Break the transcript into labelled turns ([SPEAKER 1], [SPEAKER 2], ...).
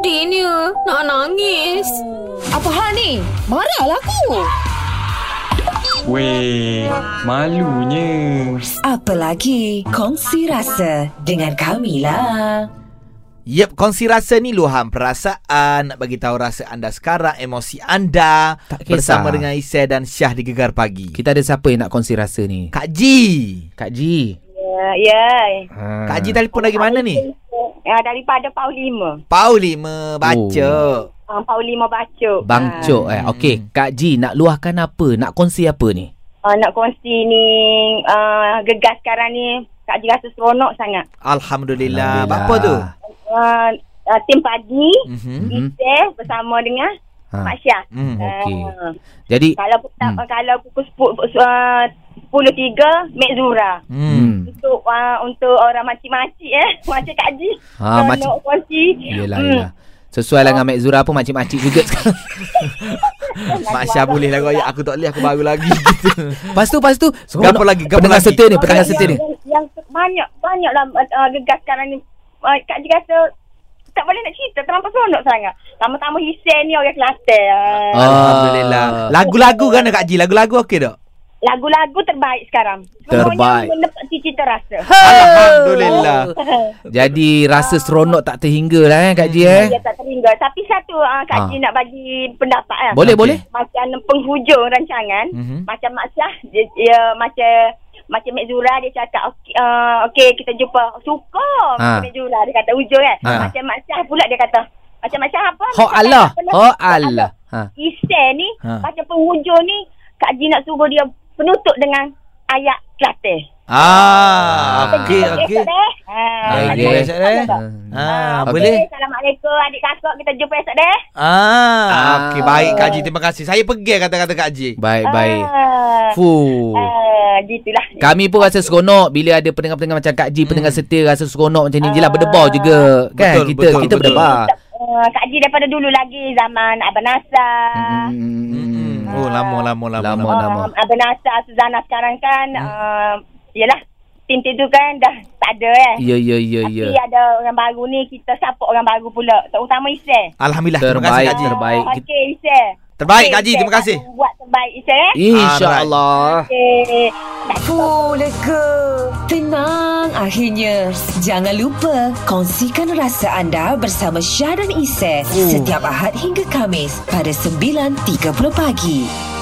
[SPEAKER 1] Sedihnya Nak nangis
[SPEAKER 2] Apa hal ni? Marahlah aku.
[SPEAKER 3] Weh, malunya.
[SPEAKER 4] Apa lagi? Kongsi rasa dengan kami lah.
[SPEAKER 5] Yep, kongsi rasa ni luahan perasaan Nak bagi tahu rasa anda sekarang Emosi anda
[SPEAKER 6] Tak kisah.
[SPEAKER 5] Bersama dengan Isya dan Syah di Gegar Pagi
[SPEAKER 6] Kita ada siapa yang nak kongsi rasa ni?
[SPEAKER 5] Kak Ji
[SPEAKER 6] Kak Ji.
[SPEAKER 7] Ya, ya.
[SPEAKER 6] Ha.
[SPEAKER 5] Kak Ji telefon dari mana ni?
[SPEAKER 7] Ya, daripada Pau Lima.
[SPEAKER 5] Pau lima Baca
[SPEAKER 6] Oh.
[SPEAKER 7] Ah, Pau Lima Bacok.
[SPEAKER 6] Bang Cok eh. Okey, Kak Ji nak luahkan apa? Nak kongsi apa ni?
[SPEAKER 7] Ah, ah, nak kongsi ni ah, gegas sekarang ni Kak Ji rasa seronok sangat.
[SPEAKER 5] Alhamdulillah. Apa tu?
[SPEAKER 7] Ah, ah, tim pagi
[SPEAKER 5] Mhm.
[SPEAKER 6] Mhm.
[SPEAKER 7] kita bersama dengan
[SPEAKER 6] Ha.
[SPEAKER 7] Mak Syah.
[SPEAKER 5] Mm.
[SPEAKER 6] Okey.
[SPEAKER 7] Ah,
[SPEAKER 6] Jadi
[SPEAKER 7] kalau tak,
[SPEAKER 6] Hmm.
[SPEAKER 7] kalau pukul 10 uh, 10.03 Mek Zura.
[SPEAKER 5] Mm.
[SPEAKER 6] hmm.
[SPEAKER 7] Untuk ah, untuk orang makcik-makcik eh. Macam Kak Ji.
[SPEAKER 6] Ha,
[SPEAKER 7] Ah,
[SPEAKER 6] makcik.
[SPEAKER 7] Nak kongsi.
[SPEAKER 6] Yelah,
[SPEAKER 7] Hmm.
[SPEAKER 6] yelah. Sesuai lah dengan Mek Zura pun makcik-makcik juga sekarang.
[SPEAKER 5] Mak Syah boleh lah koyak Aku tak boleh Aku baru lagi gitu.
[SPEAKER 6] Lepas tu, lepas tu.
[SPEAKER 5] Gapo lagi, gapo
[SPEAKER 6] Petengah
[SPEAKER 5] lagi.
[SPEAKER 6] setia ni,
[SPEAKER 7] Orang
[SPEAKER 6] petengah
[SPEAKER 7] yang-
[SPEAKER 6] setia ni.
[SPEAKER 7] Yang, yang banyak banyaklah uh, gegas sekarang ni. Uh, Kak Ji kata tak boleh nak cerita terlampau seronok sangat. Tama-tama Hisen ni orang Kelantan. Uh,
[SPEAKER 6] Ah.
[SPEAKER 5] Alhamdulillah. Lagu-lagu kan Kak Ji? Lagu-lagu okey tak?
[SPEAKER 7] Lagu-lagu terbaik sekarang.
[SPEAKER 6] Terbaik.
[SPEAKER 7] Semuanya menepati cita rasa.
[SPEAKER 5] Oh. Alhamdulillah.
[SPEAKER 6] Eh? Jadi rasa seronok tak terhingga lah eh Kak Ji eh.
[SPEAKER 7] Dia tak terhingga. Tapi satu uh,
[SPEAKER 6] Ah.
[SPEAKER 7] Kak Ji nak bagi pendapat lah.
[SPEAKER 6] Boleh,
[SPEAKER 5] Okey.
[SPEAKER 6] boleh.
[SPEAKER 7] Macam penghujung rancangan.
[SPEAKER 5] Mhm.
[SPEAKER 7] Macam Mak Syah. Dia, dia macam macam Mek Zura dia cakap okey uh, okay, kita jumpa suka
[SPEAKER 6] Ha.
[SPEAKER 7] ha. Mek Zura dia kata hujung kan
[SPEAKER 6] Ha.
[SPEAKER 7] macam Mak Syah pula dia kata macam Mak Syah apa
[SPEAKER 6] Ho
[SPEAKER 7] Macam
[SPEAKER 6] Allah.
[SPEAKER 7] tak nak-
[SPEAKER 6] Ho Allah. Ha.
[SPEAKER 7] Isen ni
[SPEAKER 5] Ha.
[SPEAKER 7] ha. macam penghujung ni Kak Ji nak suruh dia penutup dengan ayat Kelantan.
[SPEAKER 5] Ah, okey
[SPEAKER 7] Okey,
[SPEAKER 5] okey.
[SPEAKER 7] esok deh. Ha.
[SPEAKER 5] Ah,
[SPEAKER 7] macam
[SPEAKER 6] Okey.
[SPEAKER 7] mana
[SPEAKER 5] esok deh.
[SPEAKER 7] tak?
[SPEAKER 6] Hmm.
[SPEAKER 5] Ah,
[SPEAKER 6] Okey.
[SPEAKER 5] boleh.
[SPEAKER 7] Okey, Assalamualaikum adik kakak kita jumpa esok deh.
[SPEAKER 5] Ah,
[SPEAKER 6] Ah.
[SPEAKER 5] okey baik Kak Ji. Terima kasih. Saya pergi kata-kata Kak Ji.
[SPEAKER 6] Baik-baik.
[SPEAKER 7] Ah.
[SPEAKER 6] Fuh.
[SPEAKER 7] Ah, gitulah.
[SPEAKER 6] Kami pun rasa seronok bila ada pendengar-pendengar macam Kak Ji, pendengar setia rasa seronok macam ni. Jelah
[SPEAKER 7] Ah.
[SPEAKER 6] berdebar juga.
[SPEAKER 5] Hmm.
[SPEAKER 6] Kan
[SPEAKER 5] Betul,
[SPEAKER 6] kita
[SPEAKER 5] betul,
[SPEAKER 6] kita
[SPEAKER 5] betul.
[SPEAKER 6] berdebar.
[SPEAKER 7] Ah, Kak Ji daripada dulu lagi zaman Abang Nasar.
[SPEAKER 5] Hmm, Mm-mm. Oh, lama lama lama.
[SPEAKER 6] Lama.
[SPEAKER 5] lama.
[SPEAKER 7] Ah, Abang Nasar, Suzana sekarang kan
[SPEAKER 5] Mm.
[SPEAKER 7] ah, yelah tim tu kan dah tak ada eh.
[SPEAKER 6] Ya ya ya
[SPEAKER 7] Tapi
[SPEAKER 6] ya.
[SPEAKER 7] ada orang baru ni kita support orang baru pula. Terutama Isel.
[SPEAKER 5] Alhamdulillah. Terima kasih
[SPEAKER 6] Terbaik,
[SPEAKER 5] Kak Ji.
[SPEAKER 6] terbaik. Baik, kita-
[SPEAKER 7] Okey, Isel.
[SPEAKER 5] Terbaik,
[SPEAKER 7] Okey,
[SPEAKER 5] Kak Ji.
[SPEAKER 7] Isel.
[SPEAKER 5] Terima kasih. Ah,
[SPEAKER 7] Kamu Buat terbaik, Isel eh.
[SPEAKER 6] Insya-Allah.
[SPEAKER 7] Okey.
[SPEAKER 4] Fuh, lega. Tenang akhirnya. Jangan lupa kongsikan rasa anda bersama Syah dan Isy setiap Ahad hingga Kamis pada 9.30 pagi.